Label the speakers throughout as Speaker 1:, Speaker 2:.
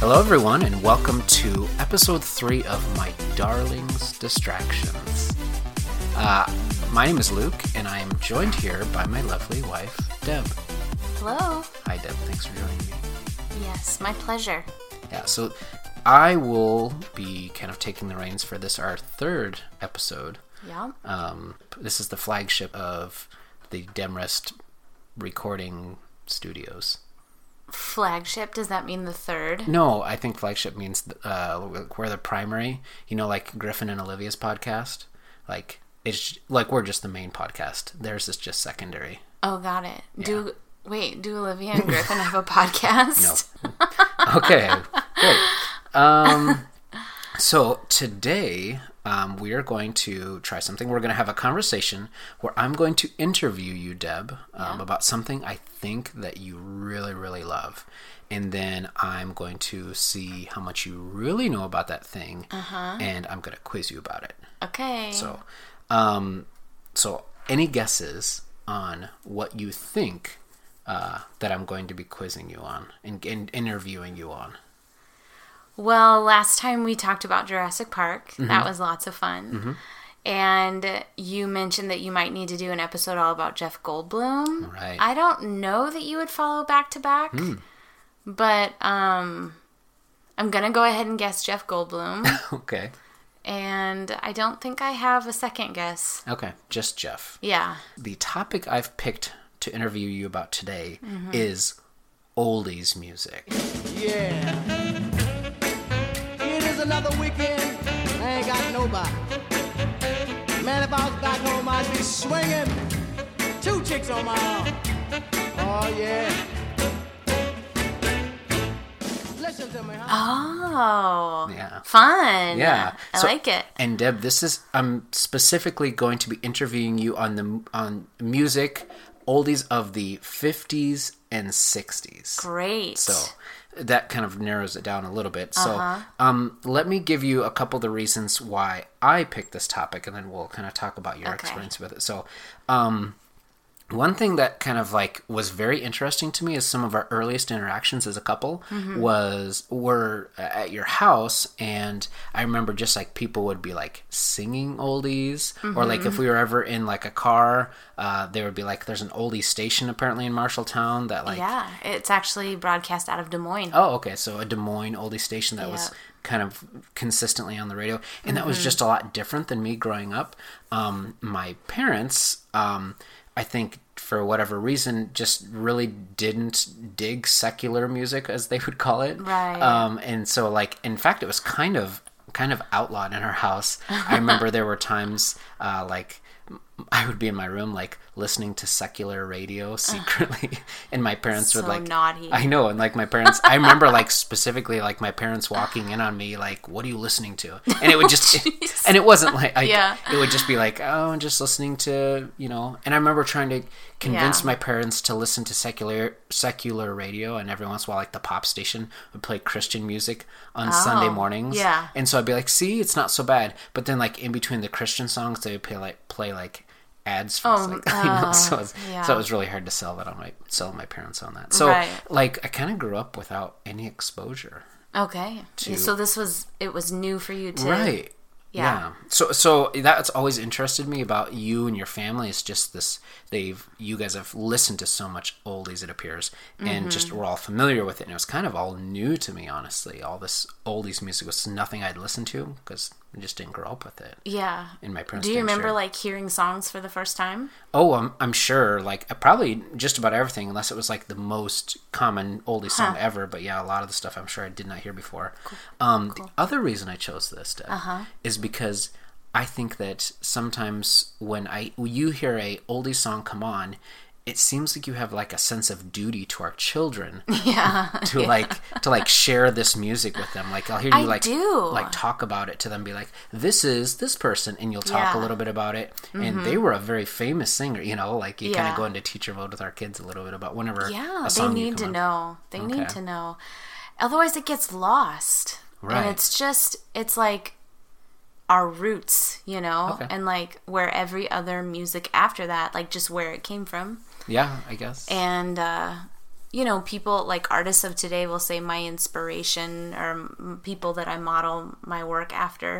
Speaker 1: Hello, everyone, and welcome to episode three of My Darling's Distractions. Uh, my name is Luke, and I am joined here by my lovely wife, Deb.
Speaker 2: Hello.
Speaker 1: Hi, Deb. Thanks for joining me.
Speaker 2: Yes, my pleasure.
Speaker 1: Yeah, so I will be kind of taking the reins for this, our third episode.
Speaker 2: Yeah.
Speaker 1: Um, this is the flagship of the Demrest recording studios.
Speaker 2: Flagship, does that mean the third?
Speaker 1: No, I think flagship means uh, we're the primary. You know, like Griffin and Olivia's podcast. Like it's like we're just the main podcast. Theirs is just secondary.
Speaker 2: Oh, got it. Do wait, do Olivia and Griffin have a podcast?
Speaker 1: No. okay. Good. Um, so today um, we are going to try something. We're going to have a conversation where I'm going to interview you, Deb, um, about something I think that you really, really love. And then I'm going to see how much you really know about that thing, and I'm going to quiz you about it.
Speaker 2: Okay.
Speaker 1: So, um, so any guesses on what you think uh, that I'm going to be quizzing you on and, and interviewing you on?
Speaker 2: Well, last time we talked about Jurassic Park.
Speaker 1: Mm-hmm.
Speaker 2: That was lots of fun. And you mentioned that you might need to do an episode all about Jeff Goldblum.
Speaker 1: Right. Hmm.
Speaker 2: I don't know that you would follow back to back, but um, I'm gonna go ahead and guess Jeff Goldblum.
Speaker 1: Okay.
Speaker 2: and I don't think I have a second guess.
Speaker 1: Okay. Just Jeff.
Speaker 2: Yeah.
Speaker 1: The topic I've picked to interview you about today is oldies music.
Speaker 3: Yeah. It is another weekend. I ain't got nobody. Man, if I was back home, I'd be swinging. Two chicks on my arm. Oh, yeah. Listen to me, huh?
Speaker 2: Oh.
Speaker 1: Yeah.
Speaker 2: Fun.
Speaker 1: Yeah.
Speaker 2: I
Speaker 1: So-
Speaker 2: like it.
Speaker 1: And Deb, this is I'm specifically going to be interviewing you on the on music oldies of the 50s and 60s.
Speaker 2: Great.
Speaker 1: So that kind of narrows it down a little bit. So um, let me give you a couple of the reasons why I picked this topic, and then we'll kind of talk about your
Speaker 2: Okay.
Speaker 1: experience with it. So um, one thing that kind of like was very interesting to me is some of our earliest interactions as a couple was were at your house and i remember just like people would be like singing oldies or like if we were ever in like a car uh, there would be like there's an oldie station apparently in marshalltown that like
Speaker 2: yeah. It's actually broadcast out of Des Moines.
Speaker 1: Oh, okay. So a Des Moines oldie station that was
Speaker 2: Yeah. Mm-hmm.
Speaker 1: kind of consistently on the radio, and that was just a lot different than me growing up. Um, my parents, um, I think, for whatever reason, just really didn't dig secular music, as they would call it.
Speaker 2: Right.
Speaker 1: Um, and so, like, in fact, it was kind of kind of outlawed in our house. I remember there were times uh, like. I would be in my room, like listening to secular radio secretly, and my parents would
Speaker 2: So
Speaker 1: like
Speaker 2: naughty.
Speaker 1: I know, and like my parents, I remember like specifically like my parents walking in on me, like, "What are you listening to?" And it would just, and it wasn't like, I,
Speaker 2: Yeah.
Speaker 1: it would just be like, "Oh, I'm just listening to," you know. And I remember trying to convince
Speaker 2: Yeah.
Speaker 1: my parents to listen to secular secular radio, and every once in a while, like the pop station would play Christian music on Sunday mornings.
Speaker 2: Oh, yeah.
Speaker 1: and so I'd be like, "See, it's not so bad." But then like in between the Christian songs, they would play like play like ads for us,
Speaker 2: Oh,
Speaker 1: like, you know, so, it's,
Speaker 2: yeah.
Speaker 1: so it was really hard to sell that on my sell my parents on that. So
Speaker 2: Right.
Speaker 1: like I kind of grew up without any exposure.
Speaker 2: Okay. So this was it was new for you too.
Speaker 1: Right.
Speaker 2: Yeah.
Speaker 1: So so that's always interested me about you and your family is just this they've you guys have listened to so much oldies it appears
Speaker 2: Mm-hmm.
Speaker 1: and just we're all familiar with it and it was kind of all new to me honestly. All this oldies music was nothing I'd listened to cuz I just didn't grow up with it.
Speaker 2: Yeah.
Speaker 1: And my parents
Speaker 2: Do you
Speaker 1: didn't
Speaker 2: remember
Speaker 1: share it.
Speaker 2: like hearing songs for the first time?
Speaker 1: Oh, I'm, I'm sure. Like uh, probably just about everything, unless it was like the most common oldie song ever. But yeah, a lot of the stuff I'm sure I did not hear before. Um, The other reason I chose this Deb,
Speaker 2: Uh-huh.
Speaker 1: is because I think that sometimes when I when you hear a oldie song come on, it seems like you have like a sense of duty to our children
Speaker 2: Yeah.
Speaker 1: to like to like share this music with them. Like I'll hear you
Speaker 2: I
Speaker 1: like
Speaker 2: do.
Speaker 1: like talk about it to them, be like, "This is this person," and you'll talk a
Speaker 2: Yeah.
Speaker 1: little bit about it. And they were a very famous singer, you know. Like you kind
Speaker 2: Mm-hmm. Yeah.
Speaker 1: of go into teacher mode with our kids a little bit about whenever
Speaker 2: Yeah,
Speaker 1: a
Speaker 2: they
Speaker 1: song you
Speaker 2: need to
Speaker 1: come on-
Speaker 2: know. They need
Speaker 1: Okay.
Speaker 2: to know. Otherwise, it gets lost.
Speaker 1: Right.
Speaker 2: And it's just, it's like our roots, you know?
Speaker 1: Okay.
Speaker 2: And like where every other music after that, like just where it came from.
Speaker 1: Yeah, I guess.
Speaker 2: And uh, you know, people like artists of today will say my inspiration or m- people that I model my work after.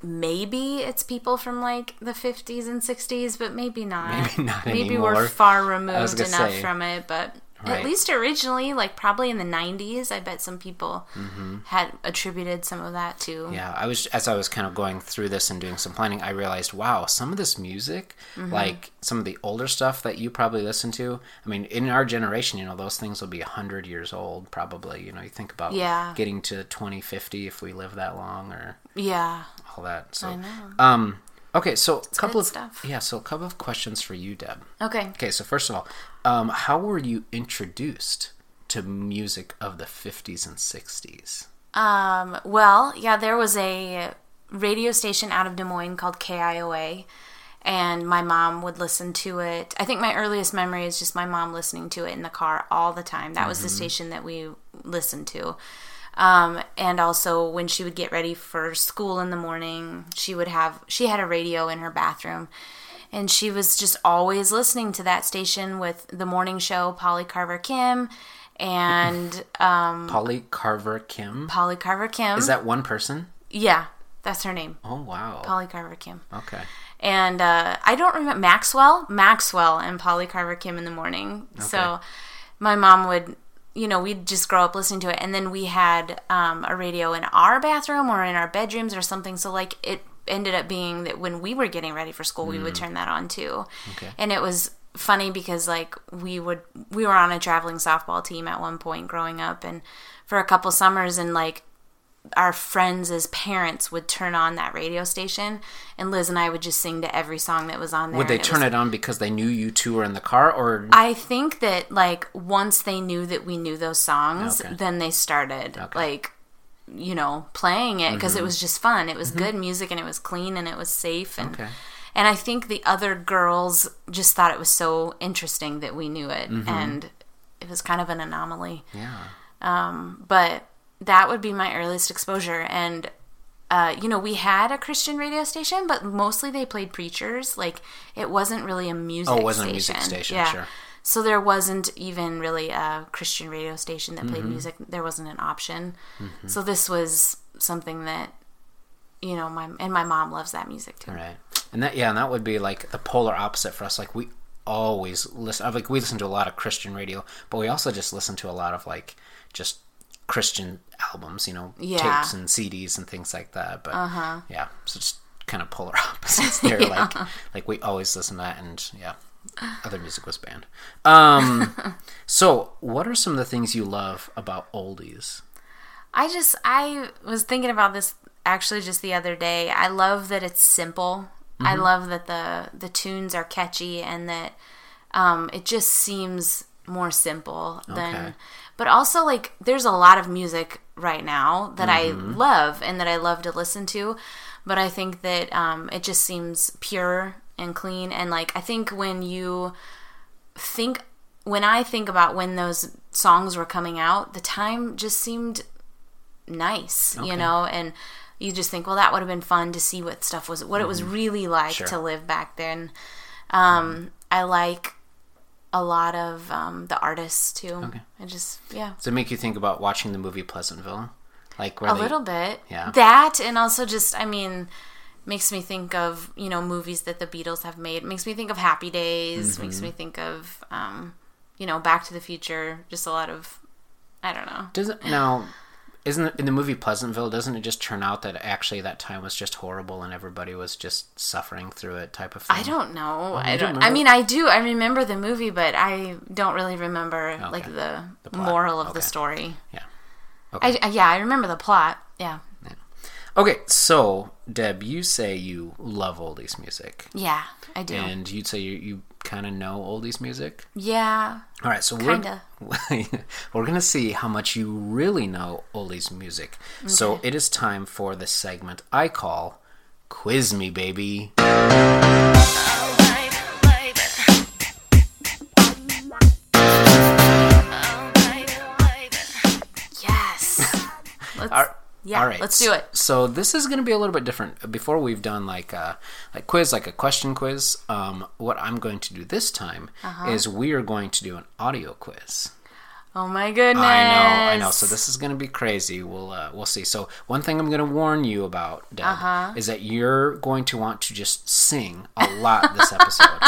Speaker 2: Maybe it's people from like the 50s and 60s, but maybe not.
Speaker 1: Maybe not
Speaker 2: Maybe
Speaker 1: anymore.
Speaker 2: we're far
Speaker 1: I was
Speaker 2: removed
Speaker 1: gonna
Speaker 2: enough
Speaker 1: say.
Speaker 2: from it, but
Speaker 1: Right.
Speaker 2: at least originally, like probably in the 90s, I bet some people had attributed some of that to.
Speaker 1: Mm-hmm. Yeah, I was as I was kind of going through this and doing some planning, I realized, wow, some of this music,
Speaker 2: Mm-hmm.
Speaker 1: like some of the older stuff that you probably listen to. I mean, in our generation, you know, those things will be hundred years old probably. You know, you think about
Speaker 2: Yeah.
Speaker 1: getting to twenty fifty if we live that long, or
Speaker 2: Yeah.
Speaker 1: all that. So,
Speaker 2: I know.
Speaker 1: um, okay, so a couple of
Speaker 2: good stuff.
Speaker 1: yeah, so a couple of questions for you, Deb.
Speaker 2: Okay.
Speaker 1: Okay, so first of all, um, how were you introduced to music of the fifties and sixties?
Speaker 2: Um, well, yeah, there was a radio station out of Des Moines called KIOA, and my mom would listen to it. I think my earliest memory is just my mom listening to it in the car all the time. That
Speaker 1: Mm-hmm.
Speaker 2: was the station that we listened to. Um, and also when she would get ready for school in the morning, she would have she had a radio in her bathroom. And she was just always listening to that station with the morning show, Polly Carver Kim, and uh,
Speaker 1: Polly Carver Kim.
Speaker 2: Polly Carver Kim.
Speaker 1: Is that one person?
Speaker 2: Yeah, that's her name,
Speaker 1: Oh wow.
Speaker 2: Polly Carver Kim.
Speaker 1: Okay.
Speaker 2: And uh, I don't remember Maxwell, Maxwell, and Polly Carver Kim in the morning. So my mom would, you know, we'd just grow up listening to it, and then we had um, a radio in our bathroom or in our bedrooms or something. So like it ended up being that when we were getting ready for school, we would turn that on too.
Speaker 1: Okay.
Speaker 2: And it was funny because like we would we were on a traveling softball team at one point growing up, and for a couple summers, and like our friends as parents would turn on that radio station and Liz and I would just sing to every song that was on there.
Speaker 1: Would they
Speaker 2: and
Speaker 1: turn
Speaker 2: was-
Speaker 1: it on because they knew you two were in the car, or
Speaker 2: I think that like once they knew that we knew those songs,
Speaker 1: Okay.
Speaker 2: then they started
Speaker 1: Okay. Mm-hmm.
Speaker 2: like you know playing it because it was just fun. It was good music and it was clean and it was safe and
Speaker 1: Okay.
Speaker 2: and I think the other girls just thought it was so interesting that we knew it
Speaker 1: Mm-hmm.
Speaker 2: and it was kind of an anomaly.
Speaker 1: yeah,
Speaker 2: but that would be my earliest exposure and uh, you know we had a christian radio station but mostly they played preachers like it wasn't really a music
Speaker 1: Oh, it wasn't a music station, sure.
Speaker 2: so there wasn't even really a christian radio station that
Speaker 1: Mm-hmm.
Speaker 2: played music there wasn't an option so this was something that you know my and my mom loves that music too
Speaker 1: right, and that yeah, and that would be like the polar opposite for us. Like we always listen, I like we listen to a lot of Christian radio, but we also just listen to a lot of like just Christian albums, you know,
Speaker 2: Yeah. Uh-huh.
Speaker 1: tapes and CDs and things like that. But yeah, so just kind of polar opposites there. Like like we always listen to that, and yeah, other music was banned. Um, so what are some of the things you love about oldies?
Speaker 2: I just I was thinking about this actually just the other day. I love that it's simple. I love that the the tunes are catchy and that um, it just seems more simple than.
Speaker 1: Okay.
Speaker 2: But also like there's a lot of music right now that I love and that I love to listen to, but I think that um, it just seems pure and clean and like I think when you think when I think about when those songs were coming out, the time just seemed nice, you know, and you just think, well, that would have been fun to see what stuff was, what it was really like
Speaker 1: Sure.
Speaker 2: to live back then. Um, I like a lot of um, the artists too. I just, yeah,
Speaker 1: Does it make you think about watching the movie Pleasantville? Like where
Speaker 2: a
Speaker 1: they-
Speaker 2: little bit.
Speaker 1: Yeah.
Speaker 2: That and also just, I mean, makes me think of you know movies that the Beatles have made. Makes me think of Happy Days.
Speaker 1: Mm-hmm.
Speaker 2: Makes me think of um, you know Back to the Future. Just a lot of, I don't know.
Speaker 1: doesn't now isn't it, in the movie Pleasantville doesn't it just turn out that actually that time was just horrible and everybody was just suffering through it type of thing?
Speaker 2: I don't know. I
Speaker 1: Oh, you don't
Speaker 2: don't.
Speaker 1: remember?
Speaker 2: I mean, I do. I remember the movie, but I don't really remember like the,
Speaker 1: plot.
Speaker 2: moral of
Speaker 1: Okay.
Speaker 2: the story.
Speaker 1: Yeah.
Speaker 2: I, I- yeah, I remember the plot. Yeah,
Speaker 1: Okay, so Deb, you say you love oldies music,
Speaker 2: yeah, I do.
Speaker 1: and you'd say you, you kind of know oldies music.
Speaker 2: yeah,
Speaker 1: All right, so
Speaker 2: Kinda.
Speaker 1: we're we're gonna see how much you really know Oli's music. So it is time for the segment I call "Quiz Me, Baby."
Speaker 2: yes. Let's, yeah, let's do it.
Speaker 1: So this is going to be a little bit different. Before we've done like a, a quiz, like a question
Speaker 2: Uh-huh.
Speaker 1: quiz. Um, what I'm going to do this time is we are going to do an audio quiz.
Speaker 2: Oh my goodness.
Speaker 1: I know, I know. So this is going to be crazy. We'll uh, we'll see. So one thing I'm going to warn you about, Deb,
Speaker 2: Uh-huh.
Speaker 1: is that you're going to want to just sing a lot this episode.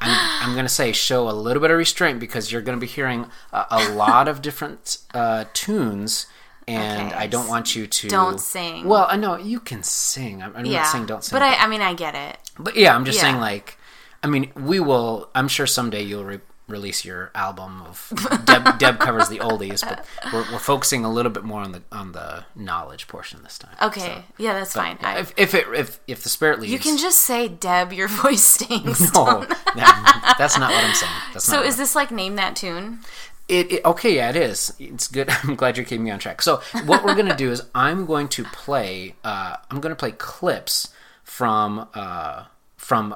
Speaker 1: I'm, I'm going to say show a little bit of restraint because you're going to be hearing a, a lot of different uh, tunes, and
Speaker 2: Okay,
Speaker 1: I don't want you to
Speaker 2: don't sing.
Speaker 1: Well, I know you can sing. I'm, I'm not saying don't sing,
Speaker 2: But I, I mean, I get it.
Speaker 1: but yeah, I'm just
Speaker 2: Yeah.
Speaker 1: saying, like, I mean, we will. I'm sure someday you'll re- release your album of Deb, Deb covers the oldies, but we're, we're focusing a little bit more on the on the knowledge portion this time.
Speaker 2: Okay. yeah, that's fine. I,
Speaker 1: If, if it if if the spirit leaves,
Speaker 2: you can just say, Deb, your voice stinks.
Speaker 1: no, that- that's not what I'm saying. That's
Speaker 2: So
Speaker 1: not
Speaker 2: is
Speaker 1: what-
Speaker 2: this like name that tune?
Speaker 1: it, it? Okay, yeah, it is. It's good. I'm glad you're keeping me on track. So what we're gonna do is I'm going to play. Uh, I'm gonna play clips from uh, from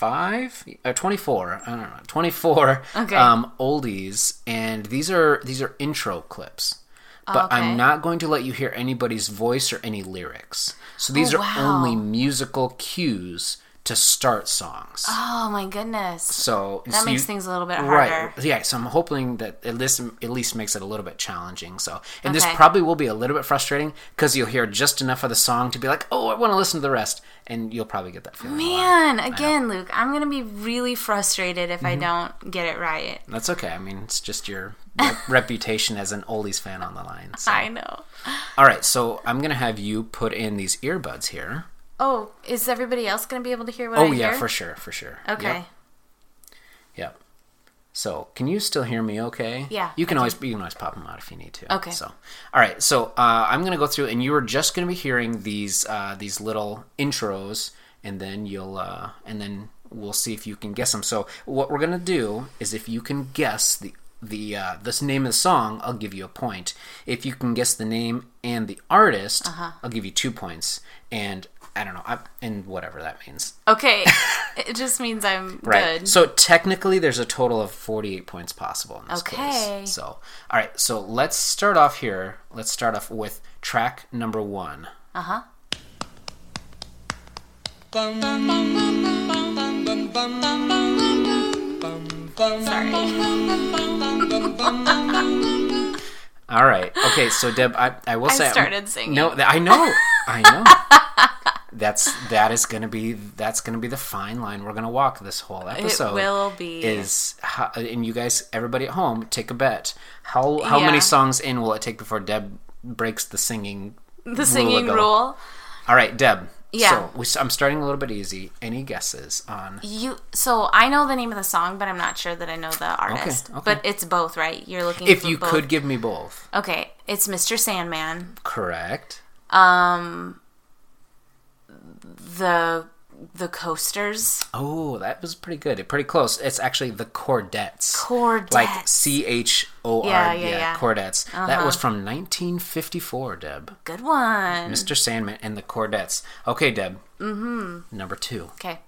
Speaker 1: 25 or 24 i don't know 24
Speaker 2: Okay.
Speaker 1: um, oldies and these are these are intro clips but
Speaker 2: Oh, Okay.
Speaker 1: i'm not going to let you hear anybody's voice or any lyrics so these
Speaker 2: Oh,
Speaker 1: are
Speaker 2: wow.
Speaker 1: only musical cues to start songs
Speaker 2: Oh my goodness.
Speaker 1: so
Speaker 2: That
Speaker 1: so
Speaker 2: makes things a little bit harder.
Speaker 1: Right. Yeah. So I'm hoping that at least at least makes it a little bit challenging. So and
Speaker 2: Okay.
Speaker 1: this probably will be a little bit frustrating because you'll hear just enough of the song to be like, oh, I want to listen to the rest, and you'll probably get that feeling. a lot.
Speaker 2: Man, again, Luke, I'm going to be really frustrated if
Speaker 1: Mm-hmm.
Speaker 2: I don't get it right.
Speaker 1: That's okay. I mean, it's just your re- reputation as an oldies fan on the line. So.
Speaker 2: I know.
Speaker 1: All right. So I'm gonna have you put in these earbuds here.
Speaker 2: Oh, is everybody else going to be able to hear what I
Speaker 1: Oh yeah,
Speaker 2: hear?
Speaker 1: for sure, for sure. Yep,
Speaker 2: Okay.
Speaker 1: Yep. So, can you still hear me? Okay.
Speaker 2: Yeah,
Speaker 1: You can
Speaker 2: I
Speaker 1: always you can always pop them out if you need to.
Speaker 2: Okay.
Speaker 1: So, all right. So uh, I'm gonna go through, and you are just gonna be hearing these uh, these little intros, and then you'll uh, and then we'll see if you can guess them. So what we're gonna do is if you can guess the the uh, this name of the song, I'll give you a point. If you can guess the name and the artist,
Speaker 2: Uh-huh.
Speaker 1: I'll give you two points. And I don't know, I, and whatever that means.
Speaker 2: Okay. it just means I'm good.
Speaker 1: So technically, there's a total of 48 points possible in this
Speaker 2: Okay.
Speaker 1: case. So, all right. So let's start off here. Let's start off with track number one. All right. Okay. So Deb, I, I will say
Speaker 2: started singing.
Speaker 1: No, th- I know. I know. That's that is gonna be that's gonna be the fine line we're gonna walk this whole episode.
Speaker 2: will be.
Speaker 1: is how, and you guys, everybody at home, take a bet. How how
Speaker 2: Yeah.
Speaker 1: many songs in will it take before Deb breaks the singing
Speaker 2: the singing
Speaker 1: ago?
Speaker 2: rule.
Speaker 1: All right, Deb.
Speaker 2: Yeah.
Speaker 1: So we, I'm starting a little bit easy. Any guesses on?
Speaker 2: You so I know the name of the song, but I'm not sure that I know the artist.
Speaker 1: okay.
Speaker 2: But it's both, right? You're looking
Speaker 1: If
Speaker 2: for
Speaker 1: you
Speaker 2: both.
Speaker 1: could give me both.
Speaker 2: Okay, it's Mr. Sandman.
Speaker 1: Correct.
Speaker 2: The the coasters.
Speaker 1: Oh, that was pretty good. Pretty close. It's actually the Cordettes.
Speaker 2: Cordettes.
Speaker 1: Like C H O R. Yeah,
Speaker 2: Yeah, yeah, yeah. Uh-huh.
Speaker 1: Cordettes. That was from 1954, Deb.
Speaker 2: Good one.
Speaker 1: Mr. Sandman and the Cordettes. Okay, Deb. Mm-hmm. Number two.
Speaker 2: Okay.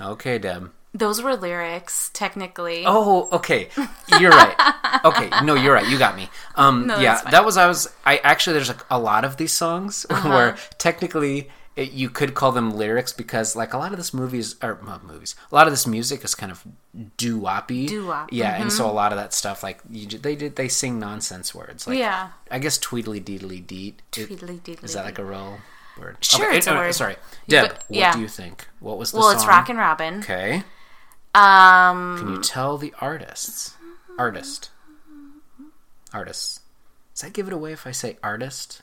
Speaker 1: Okay, Deb.
Speaker 2: Those were lyrics, technically.
Speaker 1: Oh, okay. You're right. Okay, no, you're right. You got me. Um,
Speaker 2: that's
Speaker 1: yeah,
Speaker 2: fine. Uh-huh.
Speaker 1: that was I was. I actually there's like a lot of these songs where technically it, you could call them lyrics because like a lot of this movies or well, movies, a lot of this music is kind of doo woppy.
Speaker 2: Doo-wop, Mm-hmm.
Speaker 1: Yeah, and so a lot of that stuff like you, ju- they did they sing nonsense words. Like,
Speaker 2: Yeah.
Speaker 1: I guess tweedly deedly deet.
Speaker 2: Tweedly-deedly
Speaker 1: Is that like a real word?
Speaker 2: Sure, it's a
Speaker 1: uh,
Speaker 2: word.
Speaker 1: Sorry, Deb.
Speaker 2: but-
Speaker 1: what
Speaker 2: yeah.
Speaker 1: do you think? What was the
Speaker 2: well,
Speaker 1: song?
Speaker 2: it's Rockin' Robin.
Speaker 1: Okay.
Speaker 2: Um,
Speaker 1: Can you tell the artists? Artist. Artists. Does that give it away if I say artist?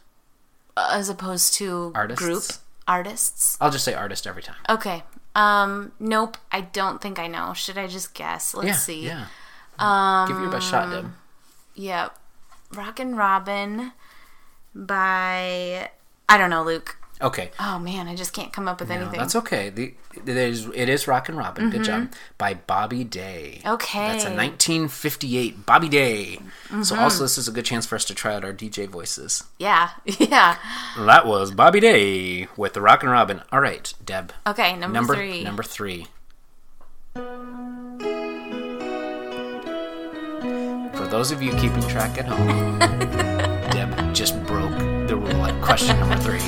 Speaker 2: as opposed to
Speaker 1: Artists.
Speaker 2: group artists.
Speaker 1: I'll just say artist every time.
Speaker 2: Okay. Um, nope. I don't think I know. Should I just guess? Let's
Speaker 1: yeah.
Speaker 2: see.
Speaker 1: Yeah.
Speaker 2: Um,
Speaker 1: Give it your best shot, Deb.
Speaker 2: Yep. Rockin' Robin by I don't know, Luke.
Speaker 1: Okay.
Speaker 2: Oh man, I just can't come up with
Speaker 1: No,
Speaker 2: anything.
Speaker 1: that's okay. The, it is, it is Rock and Robin. Good job. By Bobby Day.
Speaker 2: Mm-hmm. Okay.
Speaker 1: That's a 1958 Bobby Day.
Speaker 2: Mm-hmm.
Speaker 1: So also this is a good chance for us to try out our DJ voices.
Speaker 2: yeah. Yeah.
Speaker 1: That was Bobby Day with the Rock and Robin. All right, Deb.
Speaker 2: Okay, number,
Speaker 1: number
Speaker 2: three.
Speaker 1: number three. For those of you keeping track at home, Deb just broke the rule at question number three.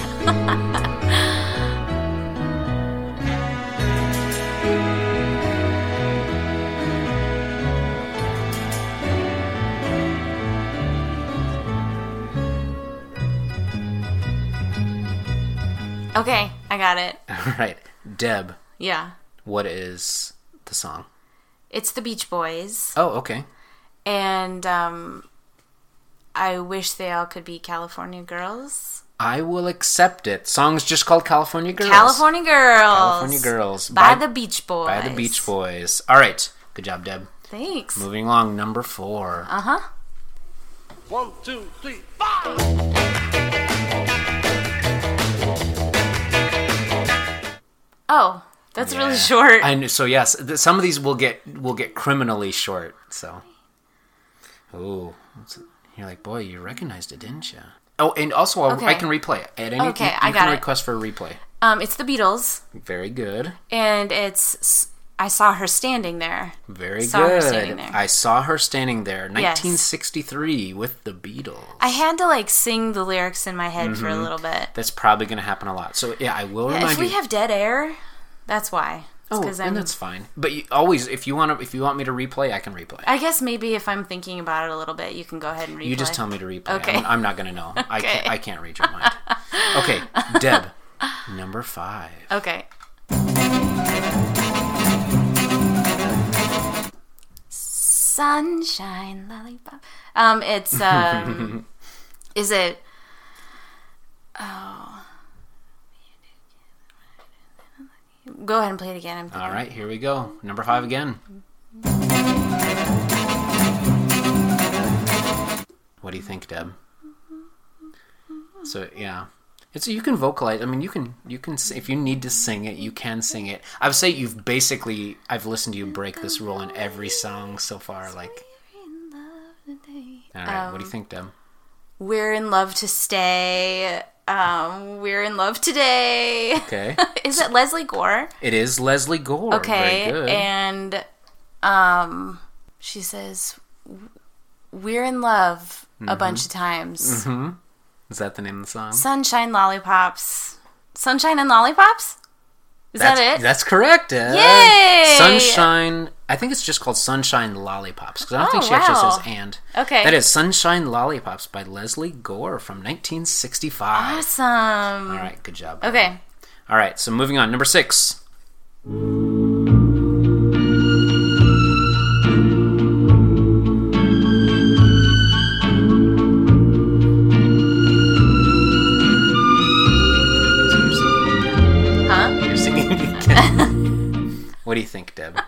Speaker 2: Okay, I got it.
Speaker 1: All right, Deb,
Speaker 2: Yeah.
Speaker 1: what is the song?
Speaker 2: It's the Beach Boys.
Speaker 1: Oh, okay.
Speaker 2: And um, I wish they all could be California girls.
Speaker 1: I will accept it. Song's just called California Girls.
Speaker 2: California girls.
Speaker 1: California Girls
Speaker 2: By, the Beach Boys.
Speaker 1: by the Beach Boys. All right, good job, Deb.
Speaker 2: Thanks.
Speaker 1: Moving along, number four.
Speaker 2: Uh huh.
Speaker 4: One, two, three, four.
Speaker 2: Oh, that's really
Speaker 1: Yeah.
Speaker 2: short.
Speaker 1: I knew, so yes, th- some of these will get will get criminally short. So, oh, you're like, boy, you recognized it, didn't you? Oh, and also I'll I
Speaker 2: Okay.
Speaker 1: can replay it at any.
Speaker 2: Okay,
Speaker 1: you,
Speaker 2: I
Speaker 1: you
Speaker 2: got
Speaker 1: can
Speaker 2: it.
Speaker 1: request for a replay.
Speaker 2: Um, it's the Beatles,
Speaker 1: Very good,
Speaker 2: and it's s- I saw her standing there.
Speaker 1: very
Speaker 2: Saw her
Speaker 1: good.
Speaker 2: standing there.
Speaker 1: I saw her standing there, 1963, with the Beatles.
Speaker 2: I had to like sing the lyrics in my head for a little bit.
Speaker 1: That's probably going to happen a lot. So yeah, I will Mm-hmm. remind
Speaker 2: If we
Speaker 1: you.
Speaker 2: have dead air, that's why. It's
Speaker 1: oh,
Speaker 2: 'cause
Speaker 1: and
Speaker 2: I'm-
Speaker 1: that's fine. But you, always, if you want to, if you want me to replay, I can replay.
Speaker 2: I guess maybe if I'm thinking about it a little bit, you can go ahead and replay.
Speaker 1: You just tell me to replay.
Speaker 2: Okay.
Speaker 1: I'm, I'm not going to know. I, can't,
Speaker 2: Okay.
Speaker 1: I can't read your mind. Okay, Deb, number five.
Speaker 2: Okay. Sunshine lollipop. Um, it's um, is it? Oh. Go ahead and play it again. I'm
Speaker 1: All right, here we go. Number five again. What do you think, Deb? So yeah, it's you can vocalize. I mean, you can you can s- if you need to sing it, you can sing it. I would say you've basically I've listened to you break this rule in every song so far. Like,
Speaker 2: in love today.
Speaker 1: all right, what do
Speaker 2: Um,
Speaker 1: you think, Deb?
Speaker 2: We're in love to stay. Um, we're in love today.
Speaker 1: Okay,
Speaker 2: Is it Leslie Gore?
Speaker 1: it is Leslie Gore. Very
Speaker 2: Okay,
Speaker 1: good.
Speaker 2: and um, she says, "We're in love." A bunch
Speaker 1: Mm-hmm.
Speaker 2: of times.
Speaker 1: Is that the name of the song?
Speaker 2: Sunshine lollipops. Sunshine and lollipops. Is
Speaker 1: that's,
Speaker 2: that it?
Speaker 1: That's correct. Ed.
Speaker 2: Yay!
Speaker 1: Sunshine. I think it's just called Sunshine Lollipops because I don't
Speaker 2: Oh,
Speaker 1: think she actually
Speaker 2: wow.
Speaker 1: says and.
Speaker 2: Okay.
Speaker 1: That is Sunshine Lollipops by Leslie Gore from 1965.
Speaker 2: awesome.
Speaker 1: All right, good job.
Speaker 2: Okay.
Speaker 1: All right, so moving on. Number six.
Speaker 2: Huh?
Speaker 1: You're singing it again. what do you think, Deb?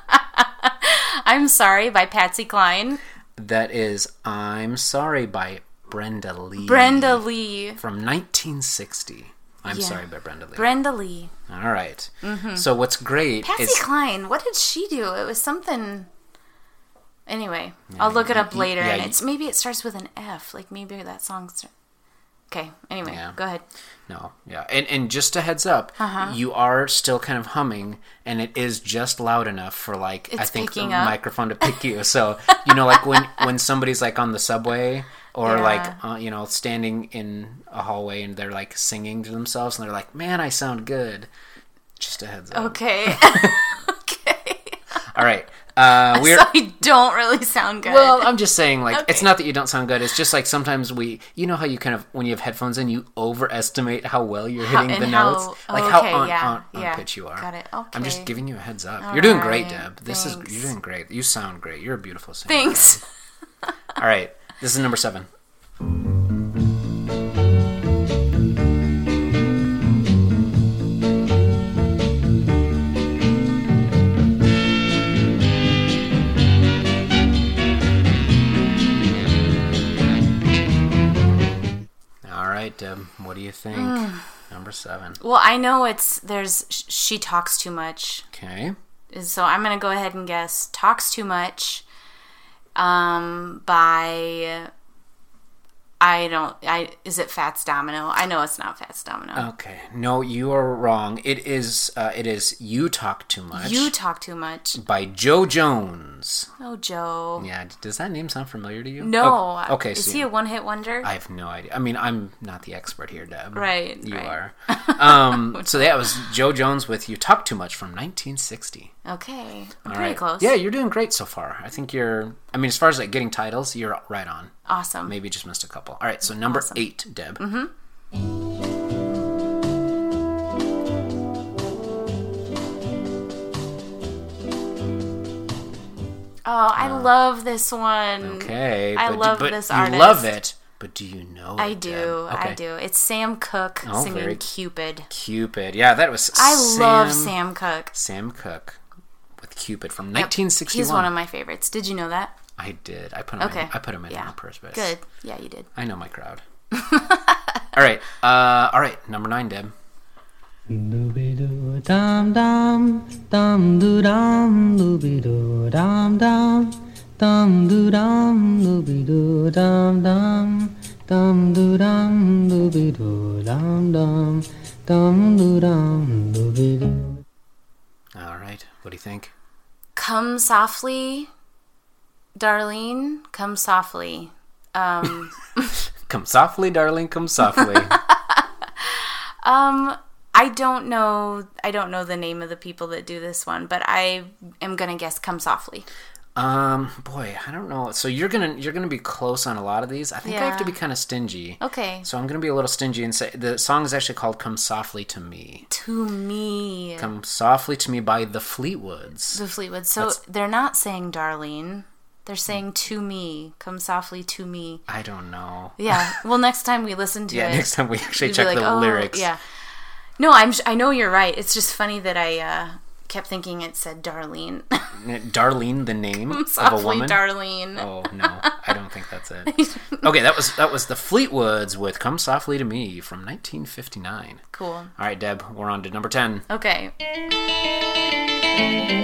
Speaker 2: I'm sorry by Patsy Cline.
Speaker 1: That is I'm Sorry by Brenda Lee.
Speaker 2: Brenda
Speaker 1: Mm.
Speaker 2: Lee.
Speaker 1: From 1960. I'm
Speaker 2: Yeah.
Speaker 1: Sorry by Brenda Lee.
Speaker 2: Brenda Lee.
Speaker 1: All right. So what's great
Speaker 2: Patsy
Speaker 1: is
Speaker 2: Cline. What did she do? It was something. Anyway, I'll look it up
Speaker 1: you-
Speaker 2: later,
Speaker 1: yeah,
Speaker 2: and
Speaker 1: you-
Speaker 2: it's maybe it starts with an F. Like maybe that song. Start... Okay. Anyway,
Speaker 1: Yeah.
Speaker 2: go ahead.
Speaker 1: No, yeah, and and just a heads up,
Speaker 2: Uh-huh.
Speaker 1: you are still kind of humming, and it is just loud enough for like I
Speaker 2: It's
Speaker 1: think the
Speaker 2: picking up.
Speaker 1: microphone to pick you. So you know, like when when somebody's like on the subway or
Speaker 2: Yeah.
Speaker 1: like uh, you know standing in a hallway and they're like singing to themselves and they're like, "Man, I sound good." Just a heads up.
Speaker 2: Okay. okay.
Speaker 1: All right, uh, we're
Speaker 2: so I don't really sound good.
Speaker 1: Well, uh, I'm just saying, like, it's
Speaker 2: Okay.
Speaker 1: not that you don't sound good. It's just like sometimes we, you know, how you kind of when you have headphones in, you overestimate how well you're hitting
Speaker 2: and
Speaker 1: the
Speaker 2: how-
Speaker 1: notes,
Speaker 2: oh,
Speaker 1: like how
Speaker 2: okay,
Speaker 1: on,
Speaker 2: yeah,
Speaker 1: on, on
Speaker 2: yeah.
Speaker 1: pitch you are.
Speaker 2: Got it,
Speaker 1: I'm just
Speaker 2: okay.
Speaker 1: giving you a heads up. you're doing great,
Speaker 2: right,
Speaker 1: Deb. This
Speaker 2: thanks.
Speaker 1: is you're doing great. You sound great. You're a beautiful singer.
Speaker 2: Thanks.
Speaker 1: All right, this is number seven. All right, Deb, what do you think? Number seven.
Speaker 2: Well, I know it's there's sh- she talks too much,
Speaker 1: Okay.
Speaker 2: so I'm gonna go ahead and guess talks too much. Um, by I don't. I is it Fats Domino? I know it's not Fats Domino.
Speaker 1: Okay, no, you are wrong. It is uh, it is you talk too much
Speaker 2: you talk too much.
Speaker 1: by Joe Jones.
Speaker 2: Oh, Joe.
Speaker 1: Yeah, does that name sound familiar to you?
Speaker 2: No.
Speaker 1: Oh, okay,
Speaker 2: Is
Speaker 1: so
Speaker 2: he a one-hit wonder?
Speaker 1: I have no idea. I mean, I'm not the expert here, Deb.
Speaker 2: Right,
Speaker 1: You
Speaker 2: right.
Speaker 1: are. Um, so that was Joe Jones with "You Talk Too Much" from 1960.
Speaker 2: okay. I'm
Speaker 1: All
Speaker 2: pretty
Speaker 1: right.
Speaker 2: close.
Speaker 1: Yeah, you're doing great so far. I think you're. I mean, as far as like getting titles, you're right on.
Speaker 2: Awesome.
Speaker 1: Maybe just missed a couple. All right, so number
Speaker 2: Awesome. Mm-hmm.
Speaker 1: eight, Deb.
Speaker 2: Oh, I love this one.
Speaker 1: uh, Okay,
Speaker 2: I
Speaker 1: but,
Speaker 2: love
Speaker 1: but
Speaker 2: this
Speaker 1: you love
Speaker 2: artist.
Speaker 1: it, but do you know?
Speaker 2: I
Speaker 1: it,
Speaker 2: do.
Speaker 1: Deb?
Speaker 2: I
Speaker 1: Okay.
Speaker 2: do. It's Sam Cooke
Speaker 1: Oh,
Speaker 2: singing
Speaker 1: very-
Speaker 2: Cupid.
Speaker 1: Cupid. Yeah, that was.
Speaker 2: I
Speaker 1: Sam,
Speaker 2: love Sam Cooke.
Speaker 1: Sam Cooke with Cupid from
Speaker 2: Yep.
Speaker 1: 1961.
Speaker 2: He's one of my favorites. Did you know that?
Speaker 1: I did. I put him.
Speaker 2: Okay.
Speaker 1: In, I put him in
Speaker 2: yeah.
Speaker 1: on purpose.
Speaker 2: Good. Yeah, you did.
Speaker 1: I know my crowd. all right. Uh, all right. Number nine, Deb.
Speaker 5: Doobie-doo, dum dum, dum doo dum, doobie-doo, dum dum, dum doo dum, doobie-doo, dum dum, dum doo dum, doobie-doo, dum dum, dum doo dum, doobie-doo.
Speaker 1: All right. What do you think?
Speaker 2: Come softly, Darlene. Come softly. Um,
Speaker 1: Come softly, darling. Come softly.
Speaker 2: um, I don't know. I don't know the name of the people that do this one, but I am gonna guess "Come Softly."
Speaker 1: um, boy, I don't know. So you're gonna you're gonna be close on a lot of these. I think I have to
Speaker 2: Yeah.
Speaker 1: be kind of stingy.
Speaker 2: Okay.
Speaker 1: So I'm gonna be a little stingy and say the song is actually called "Come Softly to Me."
Speaker 2: to me,
Speaker 1: "Come Softly to Me" by the Fleetwoods.
Speaker 2: the Fleetwood. So they're not saying "Darlene." They're saying "To me, come softly to me."
Speaker 1: I don't know.
Speaker 2: Yeah. Well, next time we listen to
Speaker 1: Yeah,
Speaker 2: it,
Speaker 1: next time we actually
Speaker 2: you'd be
Speaker 1: check
Speaker 2: like,
Speaker 1: the
Speaker 2: "Oh,
Speaker 1: lyrics.
Speaker 2: Yeah. No, I'm. sh- I know you're right. It's just funny that I uh, kept thinking it said Darlene.
Speaker 1: Darlene, the name of a
Speaker 2: Softly,
Speaker 1: woman.
Speaker 2: Darlene.
Speaker 1: Oh no, I don't think that's it. Okay, that was that was the Fleetwoods with "Come Softly to Me" from 1959.
Speaker 2: Cool.
Speaker 1: All right, Deb, we're on to number ten.
Speaker 2: Okay.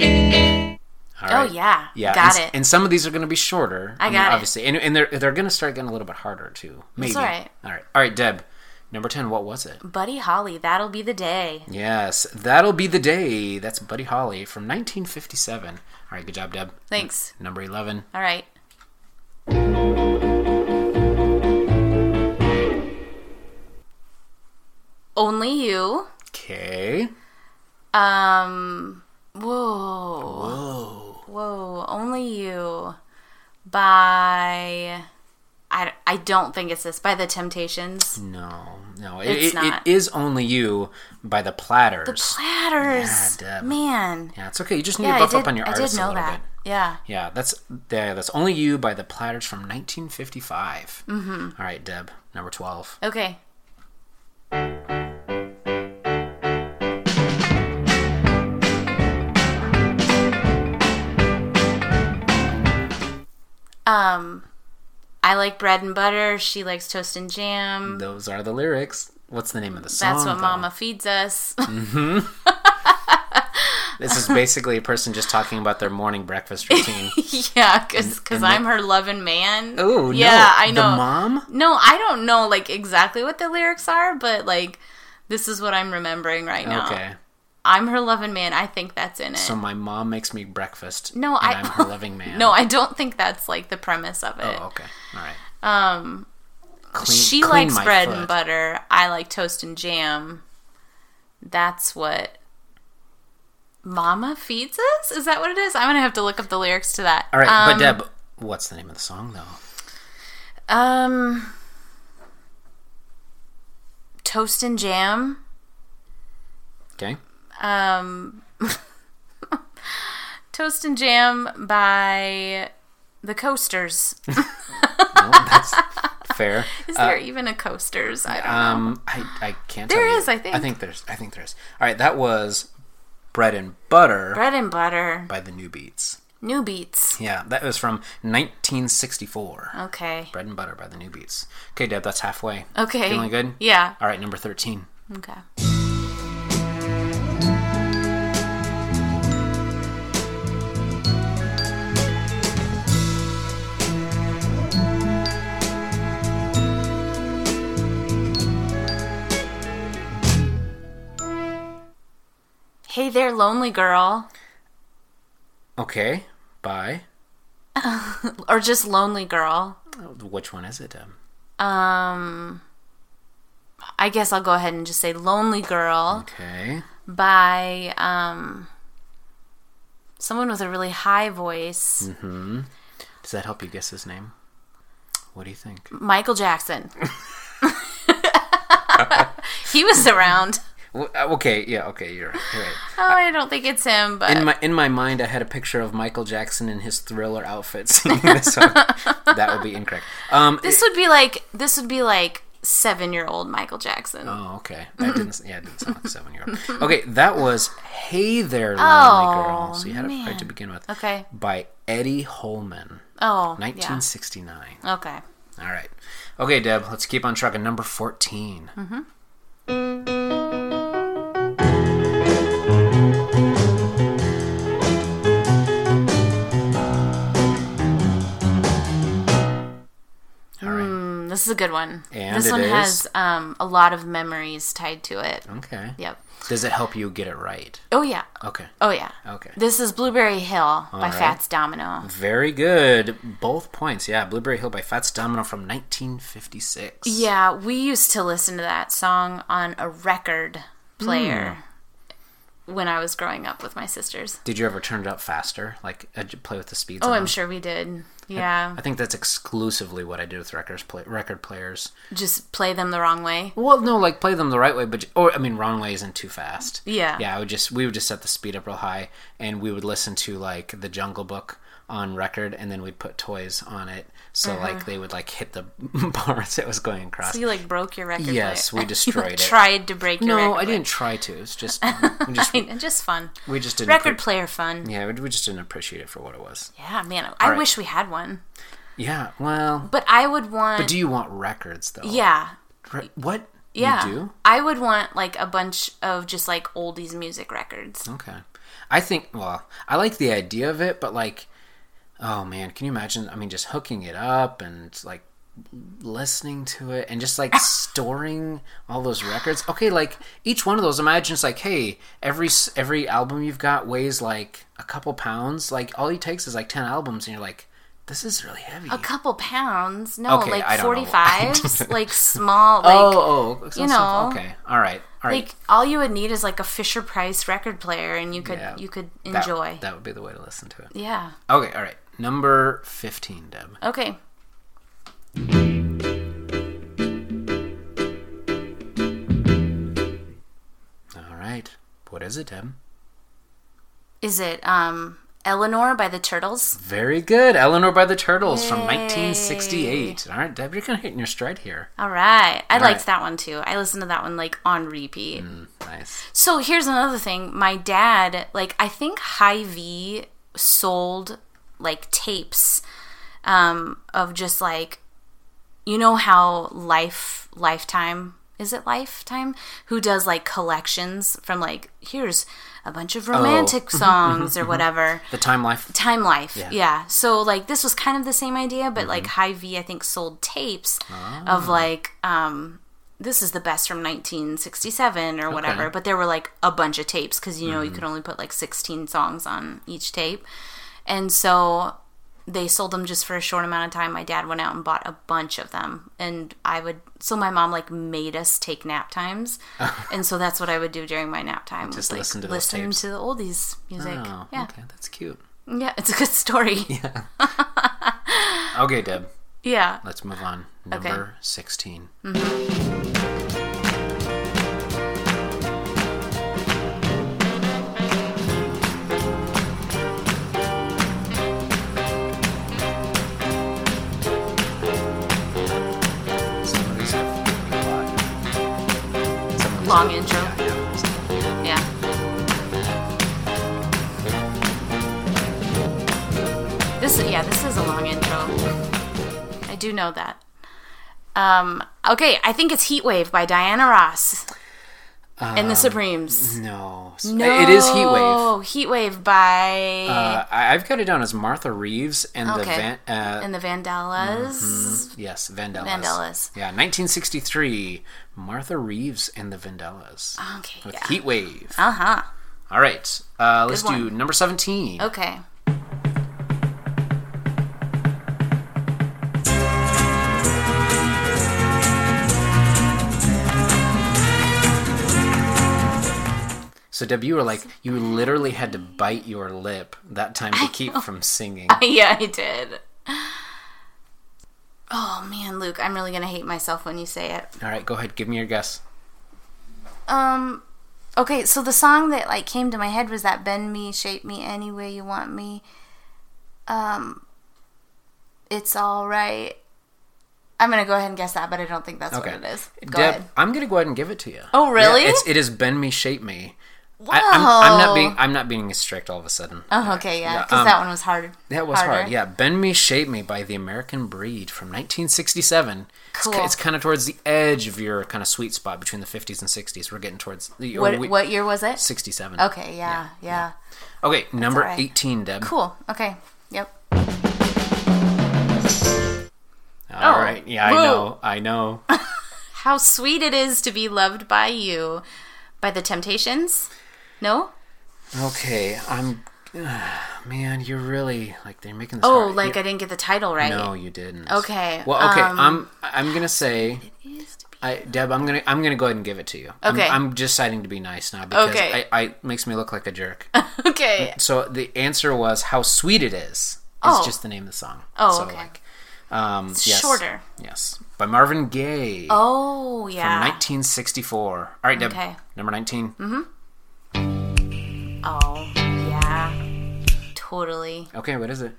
Speaker 1: All
Speaker 2: Oh
Speaker 1: right.
Speaker 2: yeah.
Speaker 1: yeah,
Speaker 2: Got
Speaker 1: and, s-
Speaker 2: it.
Speaker 1: And some of these are going to be shorter. I,
Speaker 2: got it.
Speaker 1: obviously, and and they're they're going to start getting a little bit harder too. Maybe.
Speaker 2: all right.
Speaker 1: All right, all right, Deb. Number ten. What was it?
Speaker 2: Buddy Holly, that'll be the day.
Speaker 1: Yes, that'll be the day. That's Buddy Holly from 1957. All right, good job, Deb.
Speaker 2: Thanks.
Speaker 1: Number eleven.
Speaker 2: All right. Only you.
Speaker 1: Okay.
Speaker 2: Um. Whoa.
Speaker 1: Oh,
Speaker 2: Whoa. Only you. By. I, I don't think it's this. By the Temptations.
Speaker 1: no, no, it,
Speaker 2: It's
Speaker 1: it-
Speaker 2: not.
Speaker 1: it is only you by the Platters.
Speaker 2: Platters.
Speaker 1: Yeah, Deb.
Speaker 2: Man.
Speaker 1: yeah, it's okay. You just need
Speaker 2: Yeah,
Speaker 1: to
Speaker 2: I
Speaker 1: buff
Speaker 2: did,
Speaker 1: up on your
Speaker 2: I
Speaker 1: artists
Speaker 2: did know
Speaker 1: a little
Speaker 2: that.
Speaker 1: bit.
Speaker 2: Yeah.
Speaker 1: Yeah, that's yeah, that's only you by the Platters from 1955. Mm-hmm. All right, Deb, number 12.
Speaker 2: Okay. Um, I like bread and butter. She likes toast and jam.
Speaker 1: Those are the lyrics. What's the name of the song?
Speaker 2: That's what
Speaker 1: though?
Speaker 2: Mama feeds us.
Speaker 1: This is basically a person just talking about their morning breakfast routine.
Speaker 2: yeah, because
Speaker 1: and
Speaker 2: I'm her loving man.
Speaker 1: oh,
Speaker 2: yeah, I know.
Speaker 1: The mom?
Speaker 2: No, I don't know like exactly what the lyrics are, but like this is what I'm remembering right now.
Speaker 1: Okay.
Speaker 2: I'm her loving man. I think that's in it.
Speaker 1: So my mom makes me breakfast.
Speaker 2: No,
Speaker 1: and
Speaker 2: I-
Speaker 1: am her loving man.
Speaker 2: No, I don't think that's like the premise of it.
Speaker 1: Oh, okay. All right.
Speaker 2: Um,
Speaker 1: Clean-
Speaker 2: she
Speaker 1: clean
Speaker 2: likes
Speaker 1: my
Speaker 2: bread
Speaker 1: foot.
Speaker 2: and butter. I like toast and jam. That's what Mama feeds us. Is that what it is? I'm gonna have to look up the lyrics to that.
Speaker 1: All right,
Speaker 2: Um,
Speaker 1: but Deb, what's the name of the song though?
Speaker 2: Um, toast and jam.
Speaker 1: Okay.
Speaker 2: Um, toast and jam by the Coasters.
Speaker 1: Well, that's fair.
Speaker 2: Is there even a Coasters? I don't know.
Speaker 1: Um, I, I can't.
Speaker 2: There
Speaker 1: tell you.
Speaker 2: is, I think.
Speaker 1: I think there's. I think there's. All right, that was bread and butter
Speaker 2: Bread and butter.
Speaker 1: by the New Beats.
Speaker 2: New beats.
Speaker 1: Yeah, that was from 1964.
Speaker 2: Oh. Okay.
Speaker 1: Bread and butter by the New Beats. Okay, Deb, that's halfway.
Speaker 2: Okay.
Speaker 1: feeling good.
Speaker 2: Yeah.
Speaker 1: All right, number 13.
Speaker 2: Okay. Hey there, lonely girl.
Speaker 1: Okay. Bye.
Speaker 2: Or just lonely girl.
Speaker 1: Which one is it, Deb?
Speaker 2: Um, I guess I'll go ahead and just say Lonely Girl
Speaker 1: Okay.
Speaker 2: by um, someone with a really high voice.
Speaker 1: Does that help you guess his name? What do you think?
Speaker 2: Michael Jackson. he was around.
Speaker 1: Well, uh, okay, yeah, okay, you're right. you're right.
Speaker 2: Oh, I don't think it's him, but
Speaker 1: In my in my mind, I had a picture of Michael Jackson in his Thriller outfit singing this song. that would be incorrect. Um,
Speaker 2: this would be like this would be like seven year old Michael Jackson.
Speaker 1: Oh, okay. That didn't. Yeah, it didn't sound like seven year old. Okay, that was "Hey There, Lonely Girl." So you had it right to
Speaker 2: Oh, man.
Speaker 1: begin with.
Speaker 2: Okay.
Speaker 1: By Eddie Holman,
Speaker 2: Oh, yeah.
Speaker 1: 1969.
Speaker 2: Okay.
Speaker 1: All right. Okay, Deb. Let's keep on trucking. Number 14.
Speaker 2: Mm-hmm.
Speaker 1: All right.
Speaker 2: Mm, this is a good one.
Speaker 1: And
Speaker 2: this
Speaker 1: it
Speaker 2: one
Speaker 1: is? Oh.
Speaker 2: has um, a lot of memories tied to it.
Speaker 1: Okay.
Speaker 2: Hmm. Yep.
Speaker 1: Does it help you get it right?
Speaker 2: Oh yeah.
Speaker 1: Okay.
Speaker 2: Oh yeah.
Speaker 1: Okay.
Speaker 2: This is Blueberry Hill by
Speaker 1: right.
Speaker 2: Fats Domino.
Speaker 1: Very good. Both points. Yeah, Blueberry Hill by Fats Domino from 1956.
Speaker 2: Yeah, we used to listen to that song on a record
Speaker 1: Hmm.
Speaker 2: player when I was growing up with my sisters.
Speaker 1: Did you ever turn it up faster? Like uh, j- play with the speeds?
Speaker 2: Oh,
Speaker 1: on
Speaker 2: I'm
Speaker 1: them?
Speaker 2: sure we did. Yeah,
Speaker 1: I think that's exclusively what I did with records play, record players.
Speaker 2: just play them the wrong way.
Speaker 1: Well, no, like play them the right way, but j- or I mean, wrong way isn't too fast.
Speaker 2: Yeah.
Speaker 1: yeah. I would just we would just set the speed up real high, and we would listen to like the Jungle Book on record, and then we'd put toys on it, so like they would like hit the bars that was going across.
Speaker 2: Uh-huh. So you like broke your record.
Speaker 1: Yes,
Speaker 2: player.
Speaker 1: we destroyed
Speaker 2: you
Speaker 1: it.
Speaker 2: Tried to break. your
Speaker 1: no,
Speaker 2: record
Speaker 1: I
Speaker 2: player.
Speaker 1: didn't try to. It's just we just
Speaker 2: And just fun.
Speaker 1: we just didn't
Speaker 2: Record
Speaker 1: appre-
Speaker 2: player fun.
Speaker 1: Yeah, we we just didn't appreciate it for what it was.
Speaker 2: Yeah, man. I
Speaker 1: right.
Speaker 2: wish we had one.
Speaker 1: Yeah, well,
Speaker 2: But I would want.
Speaker 1: do you want records though?
Speaker 2: yeah.
Speaker 1: Re- what?
Speaker 2: Yeah.
Speaker 1: You do?
Speaker 2: I would want like a bunch of just like oldies music records.
Speaker 1: Okay. I think, well, I like the idea of it, but like, oh man, can you imagine? I mean, just hooking it up and like listening to it and just like storing all those records. Okay, like each one of those, imagine it's like, hey, every s- every album you've got weighs like a couple pounds. Like all he takes is like ten albums, and you're like, this is really heavy.
Speaker 2: A couple pounds? No,
Speaker 1: Okay, I don't
Speaker 2: like
Speaker 1: know.
Speaker 2: forty fives, like small. Like,
Speaker 1: oh, oh,
Speaker 2: you
Speaker 1: so-
Speaker 2: know,
Speaker 1: okay, all right, all right.
Speaker 2: like all you would need is like a Fisher Price record player, and you could
Speaker 1: Yeah.
Speaker 2: you could
Speaker 1: That-
Speaker 2: enjoy.
Speaker 1: That, would be the way to listen to it.
Speaker 2: yeah.
Speaker 1: Okay, all right. Number 15, Deb.
Speaker 2: Okay.
Speaker 1: All right. What is it, Deb?
Speaker 2: Is it um Eleanor by the Turtles?
Speaker 1: Very good. Eleanor by the Turtles from 1968. All right, Deb, you're kind of hitting your stride here.
Speaker 2: All right. I liked
Speaker 1: right.
Speaker 2: that one too. I listened to that one like on repeat.
Speaker 1: Nice.
Speaker 2: So here's another thing. My dad, like, I think Hy-Vee sold like tapes um, of just like, you know how Life Lifetime is it Lifetime who does like collections from like here's a bunch of romantic songs or whatever.
Speaker 1: The Time Life.
Speaker 2: Time Life, yeah. So like this was kind of the same idea, but like
Speaker 1: Mm-hmm.
Speaker 2: High V, I think sold tapes
Speaker 1: Ah.
Speaker 2: of like um, this is the best from 1967 or whatever.
Speaker 1: Okay. Mm-hmm.
Speaker 2: But there were like a bunch of tapes because you know you could only put like 16 songs on each tape, and so they sold them just for a short amount of time. My dad went out and bought a bunch of them, and I would. So my mom like made us take nap times, and so that's what I would do during my nap time. was, like,
Speaker 1: listen to those
Speaker 2: listen
Speaker 1: tapes.
Speaker 2: to the oldies music.
Speaker 1: Oh,
Speaker 2: yeah,
Speaker 1: okay. That's cute.
Speaker 2: yeah, it's a good story.
Speaker 1: Okay, Deb,
Speaker 2: Yeah.
Speaker 1: let's move on. Number Mm-hmm. 16. Some of these have a lot. Some of these
Speaker 2: Long
Speaker 1: have-
Speaker 2: intro.
Speaker 1: yeah, yeah.
Speaker 2: Yeah. This yeah, this is a long intro. I do know that. Um, okay, I think it's Heat Wave by Diana Ross and the Supremes.
Speaker 1: No. S- Um, It is Heat Wave.
Speaker 2: Oh, Heat Wave by
Speaker 1: Uh, I- I've got it down as Martha Reeves and the
Speaker 2: Okay.
Speaker 1: Van, uh,
Speaker 2: and the Vandellas.
Speaker 1: Yes, Vandellas.
Speaker 2: Vandellas.
Speaker 1: Yeah, 1963. Martha Reeves and the Vandellas.
Speaker 2: Okay,
Speaker 1: mm-hmm. With
Speaker 2: Um, yeah.
Speaker 1: Heat Wave.
Speaker 2: Uh huh.
Speaker 1: All right. Uh, let's
Speaker 2: Good
Speaker 1: do
Speaker 2: one.
Speaker 1: number 17.
Speaker 2: Okay.
Speaker 1: So, Deb, you were like, you literally had to bite your lip that time to keep from singing.
Speaker 2: yeah, I did. Oh man, Luke, I'm really gonna hate myself when you say it.
Speaker 1: All right, go ahead. Give me your guess.
Speaker 2: Um, okay, so the song that like came to my head was that "Bend Me, Shape Me Any Way You Want Me." Um, it's all right. I'm gonna go ahead and guess that, but I don't think that's
Speaker 1: Okay.
Speaker 2: what it is. Go
Speaker 1: Deb,
Speaker 2: ahead.
Speaker 1: I'm gonna go ahead and give it to you.
Speaker 2: Oh, really?
Speaker 1: Yeah, it's, it is bend me, shape me. I, I'm, I'm not
Speaker 2: Whoa.
Speaker 1: being I'm not being as strict all of a sudden.
Speaker 2: Oh, okay, yeah,
Speaker 1: Yeah,
Speaker 2: because
Speaker 1: um,
Speaker 2: that one was hard.
Speaker 1: That was hard.
Speaker 2: harder.
Speaker 1: Yeah, "Bend Me, Shape Me" by the American Breed from 1967. It's ki-
Speaker 2: Cool.
Speaker 1: It's, kind of towards the edge of your kind of sweet spot between the 50s and 60s. We're getting towards the or
Speaker 2: What
Speaker 1: we-
Speaker 2: what year was it?
Speaker 1: 67.
Speaker 2: Okay, yeah, yeah.
Speaker 1: Okay, number
Speaker 2: all right.
Speaker 1: 18, Deb.
Speaker 2: Cool. Okay. Yep.
Speaker 1: All
Speaker 2: Oh,
Speaker 1: right. Yeah, I
Speaker 2: whoa.
Speaker 1: know. I know.
Speaker 2: How sweet it is to be loved by you, by the Temptations. No.
Speaker 1: Okay, I'm. man, you're really like they're making this.
Speaker 2: Oh,
Speaker 1: hard.
Speaker 2: like I didn't get the title right.
Speaker 1: No, you didn't.
Speaker 2: Okay,
Speaker 1: Well, okay.
Speaker 2: um,
Speaker 1: I'm I'm gonna say,
Speaker 2: It is to be-
Speaker 1: I, Deb, I'm gonna I'm gonna go ahead and give it to you. I'm-
Speaker 2: Okay.
Speaker 1: I'm, deciding to be nice now because
Speaker 2: Okay.
Speaker 1: I, I it makes me look like a jerk.
Speaker 2: Okay.
Speaker 1: so the answer was "How Sweet It Is." Is
Speaker 2: Oh.
Speaker 1: just the name of the song.
Speaker 2: Oh,
Speaker 1: so,
Speaker 2: okay.
Speaker 1: Like, um, yes.
Speaker 2: shorter.
Speaker 1: Yes, by Marvin Gaye
Speaker 2: Oh
Speaker 1: from
Speaker 2: yeah.
Speaker 1: 1964. All right, Deb.
Speaker 2: Okay. Mm-hmm.
Speaker 1: Number 19.
Speaker 2: oh yeah. Totally.
Speaker 1: Okay, what is it?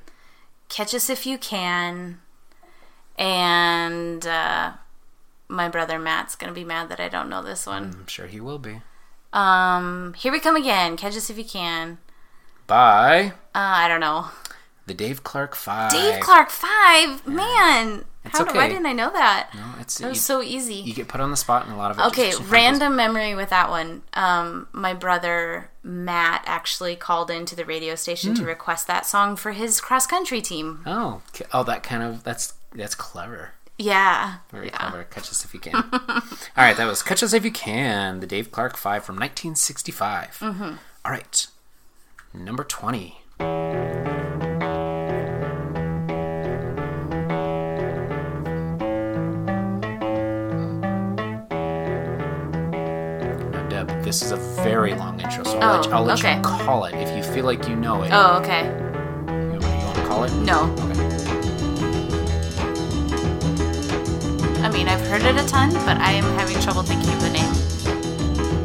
Speaker 2: Catch us if you can. And uh, my brother Matt's gonna be mad that I don't know this one.
Speaker 1: I'm sure he will be. Mm-hmm.
Speaker 2: Um, here we come again. Catch us if you can.
Speaker 1: By
Speaker 2: Uh, I don't know.
Speaker 1: the Dave Clark Five.
Speaker 2: Dave Clark Five. Man, how do, why
Speaker 1: okay.
Speaker 2: didn't I know that?
Speaker 1: No, it's
Speaker 2: That
Speaker 1: you,
Speaker 2: was so
Speaker 1: you
Speaker 2: easy.
Speaker 1: get put on the spot, and a lot of it.
Speaker 2: Okay,
Speaker 1: just-
Speaker 2: random memory with that one. Um, my brother Matt actually called into the radio station to request that song for his cross country team.
Speaker 1: Oh, k- oh, that kind of that's that's clever.
Speaker 2: Yeah.
Speaker 1: Very clever. Catch us if you can. All right, that was Catch Us If You Can, the Dave Clark Five from 1965.
Speaker 2: Mm-hmm.
Speaker 1: All right, number 20. Now, Deb, this is a very long intro, so I'll let,
Speaker 2: Oh,
Speaker 1: I'll let
Speaker 2: okay.
Speaker 1: you call it if you feel like you know it.
Speaker 2: Oh, okay.
Speaker 1: You want to call it?
Speaker 2: No,
Speaker 1: Okay.
Speaker 2: I mean I've heard it a ton, but I am having trouble thinking of the name.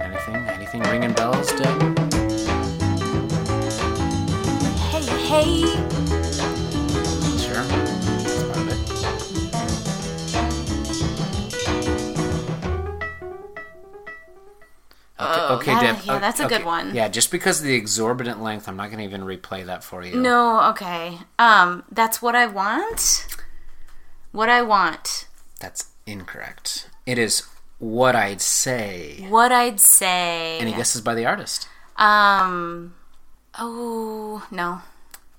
Speaker 1: Anything? Anything ringing bells, Deb?
Speaker 2: Hey, hey.
Speaker 1: Sure. That's part of it. Okay,
Speaker 2: Oh,
Speaker 1: okay
Speaker 2: that-
Speaker 1: Deb.
Speaker 2: yeah,
Speaker 1: o-
Speaker 2: that's a good
Speaker 1: okay.
Speaker 2: one.
Speaker 1: Yeah, just because of the exorbitant length, I'm not going to even replay that for you.
Speaker 2: No, okay. Um, that's what I want. What I want.
Speaker 1: That's incorrect. It is what I'd say.
Speaker 2: What I'd say.
Speaker 1: Any guesses by the artist?
Speaker 2: Um. Oh no.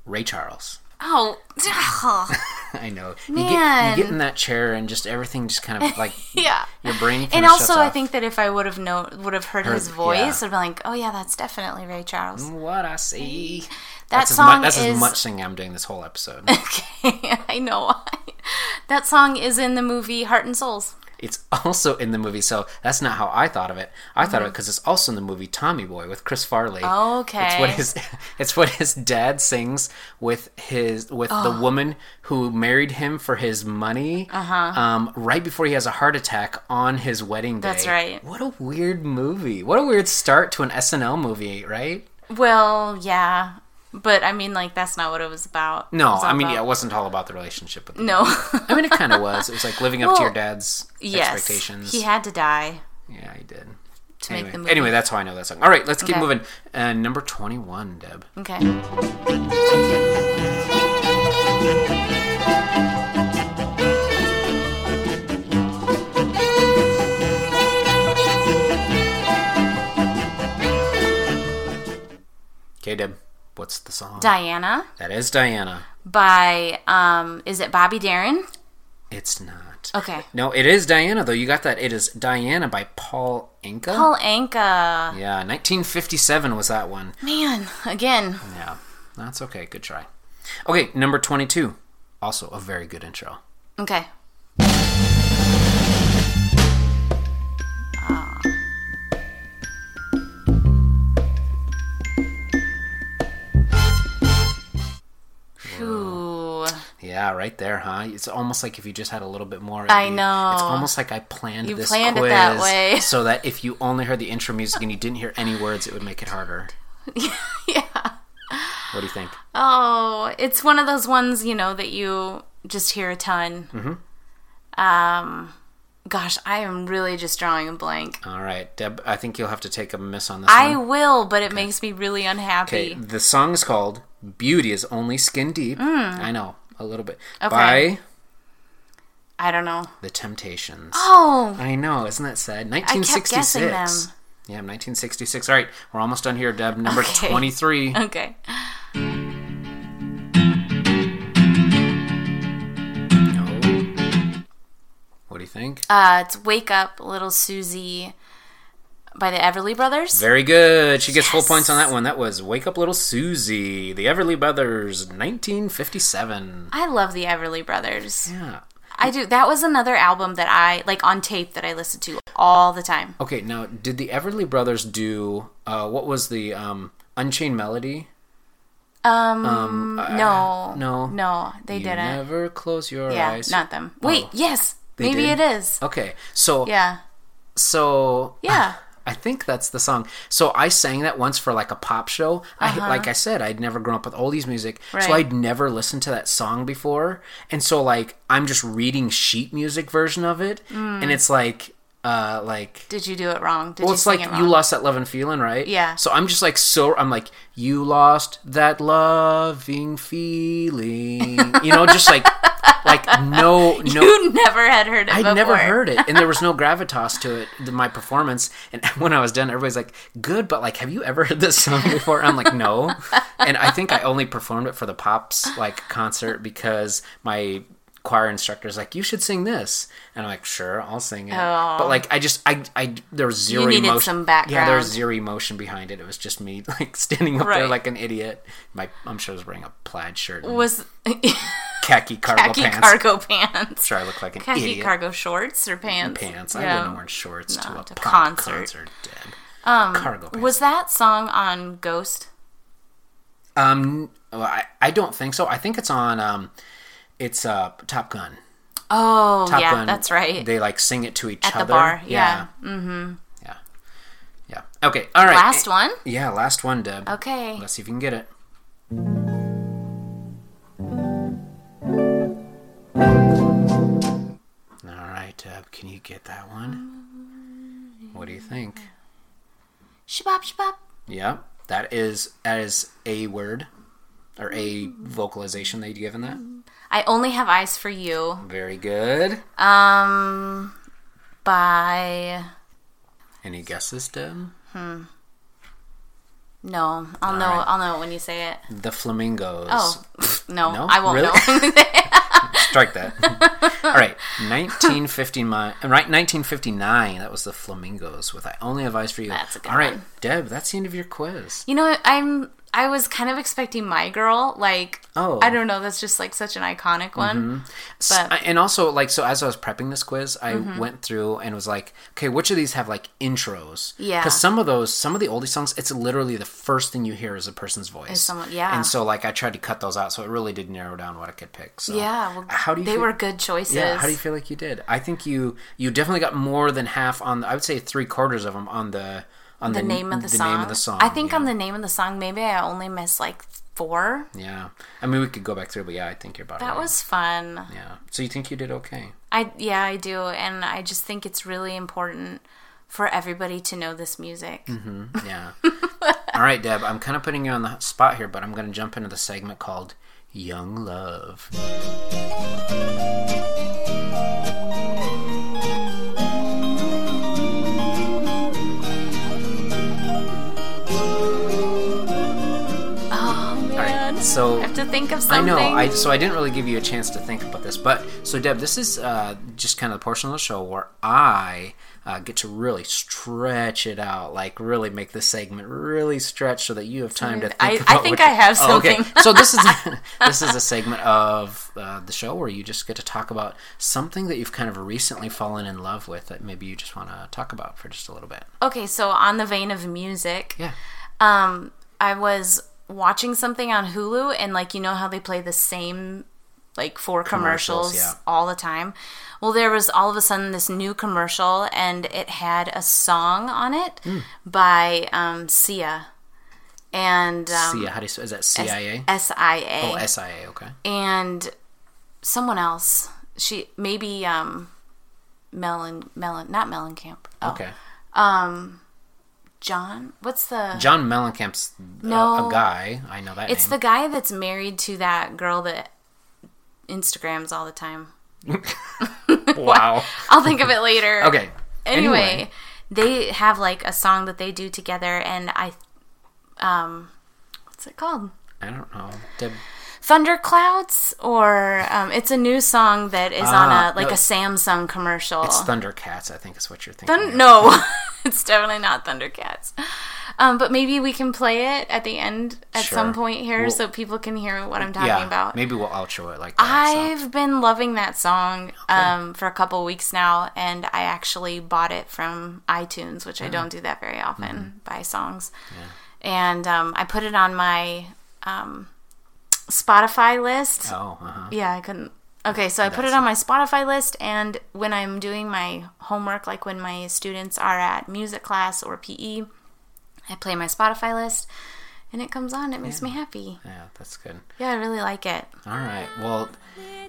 Speaker 1: Ray Charles.
Speaker 2: Oh.
Speaker 1: I know. You get,
Speaker 2: Man.
Speaker 1: you get in that chair and just everything just kind of like
Speaker 2: yeah.
Speaker 1: your brain.
Speaker 2: And
Speaker 1: kinda shuts
Speaker 2: also, I
Speaker 1: off.
Speaker 2: think that if I would have known, would have heard, his
Speaker 1: Heard-
Speaker 2: voice,
Speaker 1: yeah.
Speaker 2: I'd be like, "Oh yeah, that's definitely Ray Charles."
Speaker 1: what I see.
Speaker 2: That
Speaker 1: That's, as,
Speaker 2: song
Speaker 1: mu- that's
Speaker 2: is.
Speaker 1: as much singing I'm doing this whole episode.
Speaker 2: okay, I know. that song is in the movie Heart and Souls.
Speaker 1: It's also in the movie, so that's not how I thought of it. I thought of
Speaker 2: Mm.
Speaker 1: it because it's also in the movie Tommy Boy with Chris Farley.
Speaker 2: Okay.
Speaker 1: it's what his it's what his dad sings with his with
Speaker 2: Oh.
Speaker 1: the woman who married him for his money. Uh-huh. Um, right before he has a heart attack on his wedding day.
Speaker 2: That's right.
Speaker 1: What a weird movie. What a weird start to an SNL movie, right?
Speaker 2: Well, yeah, but I mean, like, that's not what it was about. It
Speaker 1: No,
Speaker 2: was
Speaker 1: I mean,
Speaker 2: about-
Speaker 1: yeah, it wasn't all about the relationship with. The
Speaker 2: no.
Speaker 1: I mean, it kind of was. It was like living up to your
Speaker 2: Well,
Speaker 1: dad's
Speaker 2: yes,
Speaker 1: expectations.
Speaker 2: he had to die
Speaker 1: yeah, he did.
Speaker 2: to
Speaker 1: Anyway,
Speaker 2: make the movie.
Speaker 1: anyway, that's how I know that song. All right, let's keep
Speaker 2: Okay.
Speaker 1: moving. Uh, number 21, Deb.
Speaker 2: Okay.
Speaker 1: Okay, Deb. What's the song?
Speaker 2: Diana
Speaker 1: that is Diana.
Speaker 2: by um is it Bobby Darin?
Speaker 1: It's not.
Speaker 2: Okay.
Speaker 1: No, it is Diana though. You got that. It is Diana by Paul Anka.
Speaker 2: Paul Anka.
Speaker 1: yeah, 1957 was that one.
Speaker 2: Man, again.
Speaker 1: Yeah, that's okay. Good try. Okay, number 22. Also a very good intro.
Speaker 2: Okay. Phew.
Speaker 1: Yeah, right there, huh? It's almost like if you just had a little bit more. it'd
Speaker 2: I
Speaker 1: be-
Speaker 2: know.
Speaker 1: It's almost like I planned
Speaker 2: You
Speaker 1: this
Speaker 2: planned it
Speaker 1: quiz
Speaker 2: that way.
Speaker 1: so that if you only heard the intro music and you didn't hear any words, it would make it harder.
Speaker 2: yeah.
Speaker 1: What do you think?
Speaker 2: Oh, it's one of those ones, you know, that you just hear a ton. Um, gosh, I am really just drawing a blank.
Speaker 1: All right, Deb. I think you'll have to take a miss on this
Speaker 2: I
Speaker 1: one.
Speaker 2: will, but it makes me really unhappy.
Speaker 1: Okay, the song is called "Beauty Is Only Skin Deep." I know a little bit
Speaker 2: Mm. Okay.
Speaker 1: by
Speaker 2: I don't know.
Speaker 1: the Temptations.
Speaker 2: Oh,
Speaker 1: I know, isn't that sad?
Speaker 2: kept guessing
Speaker 1: 1966.
Speaker 2: them.
Speaker 1: Yeah, 1966. All right, we're almost done here, Deb. Number
Speaker 2: Okay.
Speaker 1: 23.
Speaker 2: okay.
Speaker 1: No. What do you think?
Speaker 2: Uh, it's Wake Up, Little Susie by the Everly Brothers.
Speaker 1: Very good. She gets full points on that one. That was "Wake Up, Little Susie," the Everly Brothers, 1957.
Speaker 2: I love the Everly Brothers.
Speaker 1: Yeah.
Speaker 2: I do. That was another album that I, like on tape, that I listened to all the time.
Speaker 1: Okay, now did the Everly Brothers do uh, what was the um, Unchained Melody?
Speaker 2: Um,
Speaker 1: uh,
Speaker 2: no.
Speaker 1: no.
Speaker 2: No, they
Speaker 1: you
Speaker 2: didn't.
Speaker 1: Never close your
Speaker 2: yeah,
Speaker 1: eyes.
Speaker 2: not them. Wait,
Speaker 1: Oh.
Speaker 2: yes.
Speaker 1: They
Speaker 2: Maybe
Speaker 1: did?
Speaker 2: it is.
Speaker 1: Okay, so
Speaker 2: Yeah.
Speaker 1: so
Speaker 2: Yeah.
Speaker 1: I think that's the song. So I sang that once for like a pop show. I like I said, I'd never grown up with oldies music,
Speaker 2: Uh-huh. Right.
Speaker 1: so I'd never listened to that song before. And so like I'm just reading sheet music version of it, and it's like uh like
Speaker 2: Mm. Did you do it wrong? Did
Speaker 1: well,
Speaker 2: you
Speaker 1: it's
Speaker 2: sing
Speaker 1: like
Speaker 2: it wrong?
Speaker 1: you lost that love and feeling, right?
Speaker 2: Yeah.
Speaker 1: So I'm just like so I'm like you lost that loving feeling, you know, just like like no no
Speaker 2: You never had heard it
Speaker 1: I
Speaker 2: before.
Speaker 1: never heard it, and there was no gravitas to it. to My performance, and when I was done, everybody's like, "Good," but like, have you ever heard this song before? I'm like, no. And I think I only performed it for the pops like concert because my choir instructor's like, "You should sing this," and I'm like, "Sure, I'll sing it." But like, I just, I, I, there was zero
Speaker 2: Oh. needed
Speaker 1: emotion.
Speaker 2: some
Speaker 1: Yeah, there was
Speaker 2: background.
Speaker 1: zero emotion behind it. It was just me like standing up there
Speaker 2: Right.
Speaker 1: like an idiot. My, I'm sure I was wearing a plaid shirt, and
Speaker 2: Was
Speaker 1: khaki cargo
Speaker 2: khaki
Speaker 1: pants.
Speaker 2: cargo pants?
Speaker 1: Sure, I look like an
Speaker 2: Khaki
Speaker 1: idiot.
Speaker 2: cargo shorts or pants?
Speaker 1: pants. I
Speaker 2: Yeah.
Speaker 1: wouldn't wear shorts to
Speaker 2: No,
Speaker 1: a
Speaker 2: to
Speaker 1: punk
Speaker 2: concert. Um,
Speaker 1: concert. Deb. Cargo pants.
Speaker 2: Was that song on Ghost?
Speaker 1: um, well, I, I don't think so. I think it's on. Um, it's uh Top Gun.
Speaker 2: Oh,
Speaker 1: Top
Speaker 2: yeah,
Speaker 1: Gun.
Speaker 2: that's right.
Speaker 1: They like sing it to each
Speaker 2: At the
Speaker 1: other
Speaker 2: bar, yeah.
Speaker 1: Mm-hmm. Yeah. Yeah. Okay. All right.
Speaker 2: Last one?
Speaker 1: Yeah, last one, Deb.
Speaker 2: Okay.
Speaker 1: Let's see if you can get it. All right, Deb. Can you get that one? What do you think?
Speaker 2: Shabop, shabop.
Speaker 1: Yeah, that is that is a word or a vocalization they'd given that.
Speaker 2: I only have eyes for you.
Speaker 1: Very good.
Speaker 2: Um, by
Speaker 1: Any guesses, Deb?
Speaker 2: no, I'll know.
Speaker 1: right.
Speaker 2: I'll know it when you say it.
Speaker 1: The flamingos.
Speaker 2: Oh no,
Speaker 1: No?
Speaker 2: I won't
Speaker 1: Really?
Speaker 2: know.
Speaker 1: Strike that. All right, 1950 mi- right, 1959. That was the flamingos with "I Only Have Eyes for You."
Speaker 2: That's a good
Speaker 1: All right,
Speaker 2: one.
Speaker 1: Deb. That's the end of your quiz.
Speaker 2: you know, I'm. I was kind of expecting my girl. Like,
Speaker 1: Oh. Mm-hmm.
Speaker 2: I don't know. That's just like such an iconic one.
Speaker 1: S-
Speaker 2: But- Mm-hmm.
Speaker 1: I- and also like so as i was prepping this quiz i went through and was like okay which of these have like intros
Speaker 2: Yeah.
Speaker 1: because some of those some of the oldie songs it's literally the first thing you hear is a person's voice
Speaker 2: Is someone- yeah.
Speaker 1: and so like i tried to cut those out so it really did narrow down what i could pick so
Speaker 2: Yeah. Well,
Speaker 1: how do you
Speaker 2: they
Speaker 1: feel-
Speaker 2: were good choices.
Speaker 1: yeah how do you feel like you did i think you you definitely got more than half on i would say three quarters of them on the on
Speaker 2: the, name of the, song.
Speaker 1: name of the song
Speaker 2: I think
Speaker 1: yeah.
Speaker 2: on the name of the song, maybe I only missed like four.
Speaker 1: yeah i mean we could go back through but yeah i think you're about
Speaker 2: That
Speaker 1: right.
Speaker 2: was fun.
Speaker 1: yeah so you think you did okay
Speaker 2: I yeah, I do, and I just think it's really important for everybody to know this music.
Speaker 1: Mm-hmm. Yeah. All right, Deb, I'm kind of putting you on the spot here, but I'm going to jump into the segment called Young Love.
Speaker 2: Oh man.
Speaker 1: So
Speaker 2: I have to think of
Speaker 1: I
Speaker 2: something.
Speaker 1: know. I so I didn't really give you a chance to think about this, but so Deb, this is uh, just kind of the portion of the show where I uh, get to really stretch it out, like really make this segment really stretch, so that you have time to think.
Speaker 2: I- I
Speaker 1: about
Speaker 2: think
Speaker 1: what-
Speaker 2: I have
Speaker 1: Oh, okay.
Speaker 2: something.
Speaker 1: so this is this is a segment of uh, the show where you just get to talk about something that you've kind of recently fallen in love with that maybe you just want to talk about for just a little bit.
Speaker 2: okay, so on the vein of music,
Speaker 1: Yeah.
Speaker 2: um, I was watching something on Hulu, and like you know how they play the same like four commercials,
Speaker 1: Commercials, yeah.
Speaker 2: all the time. Well, there was all of a sudden this new commercial, and it had a song on it
Speaker 1: Hmm.
Speaker 2: by um, Sia, and um,
Speaker 1: CIA. How do you, s- is that CIA?
Speaker 2: S I A
Speaker 1: oh, SIA. Okay.
Speaker 2: and someone else. She maybe um, Melon Melon not Mellencamp. Oh,
Speaker 1: Okay.
Speaker 2: John. What's the
Speaker 1: John Mellencamp's uh,
Speaker 2: No.
Speaker 1: a guy. I know that
Speaker 2: It's
Speaker 1: name.
Speaker 2: the guy that's married to that girl that Instagrams all the time.
Speaker 1: Wow.
Speaker 2: I'll think of it later.
Speaker 1: Okay.
Speaker 2: Anyway, they have like a song that they do together, and I, um, what's it called?
Speaker 1: I don't know. Deb,
Speaker 2: Thunderclouds, or um, it's a new song that is on
Speaker 1: Ah,
Speaker 2: a like
Speaker 1: no.
Speaker 2: a Samsung commercial.
Speaker 1: it's Thundercats, I think is what you're thinking.
Speaker 2: Thun-
Speaker 1: of.
Speaker 2: no, it's definitely not Thundercats. Um, but maybe we can play it at the end at
Speaker 1: Sure.
Speaker 2: some point here,
Speaker 1: We'll-
Speaker 2: so people can hear what I'm talking
Speaker 1: Yeah.
Speaker 2: about.
Speaker 1: Maybe we'll outro it like that. so.
Speaker 2: I've been loving that song um, for a couple weeks now, and I actually bought it from iTunes, which
Speaker 1: Mm-hmm.
Speaker 2: I don't do that very often buy songs. And um, I put it on my um, Spotify list.
Speaker 1: Oh, uh-huh.
Speaker 2: Yeah, I couldn't. Okay, so I put it on my Spotify list, and when I'm doing my homework, like when my students are at music class or PE, I play my Spotify list, and it comes on. It makes me happy.
Speaker 1: Yeah, that's good.
Speaker 2: Yeah, I really like it.
Speaker 1: All right. Well,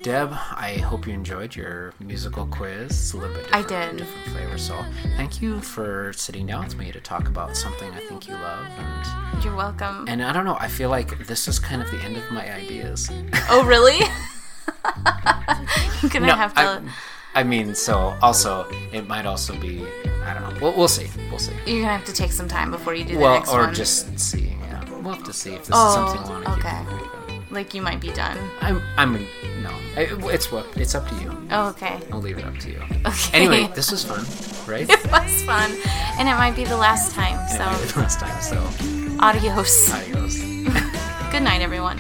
Speaker 1: Deb, I hope you enjoyed your musical quiz. It's a little bit
Speaker 2: I
Speaker 1: different,
Speaker 2: did.
Speaker 1: different flavor. So thank you for sitting down with me to talk about something I think you love. And,
Speaker 2: You're welcome.
Speaker 1: and I don't know, I feel like this is kind of the end of my ideas.
Speaker 2: Oh, really? I'm gonna
Speaker 1: No,
Speaker 2: have to.
Speaker 1: I, I mean, so also, it might also be, I don't know. We'll, we'll see. We'll see.
Speaker 2: you're gonna have to take some time before you do the
Speaker 1: Well,
Speaker 2: next
Speaker 1: or
Speaker 2: one.
Speaker 1: just see. Yeah. We'll have to see if this
Speaker 2: Oh,
Speaker 1: is something we want to
Speaker 2: okay.
Speaker 1: keep. moving.
Speaker 2: like you might be done.
Speaker 1: I'm. I'm. No. I, it's what. It's up to you.
Speaker 2: Oh, okay.
Speaker 1: I'll leave it up to you.
Speaker 2: Okay.
Speaker 1: Anyway, this was fun, right?
Speaker 2: It was fun, and it might be the last time.
Speaker 1: Anyway,
Speaker 2: So,
Speaker 1: last time. So,
Speaker 2: adios.
Speaker 1: adios.
Speaker 2: Good night, everyone.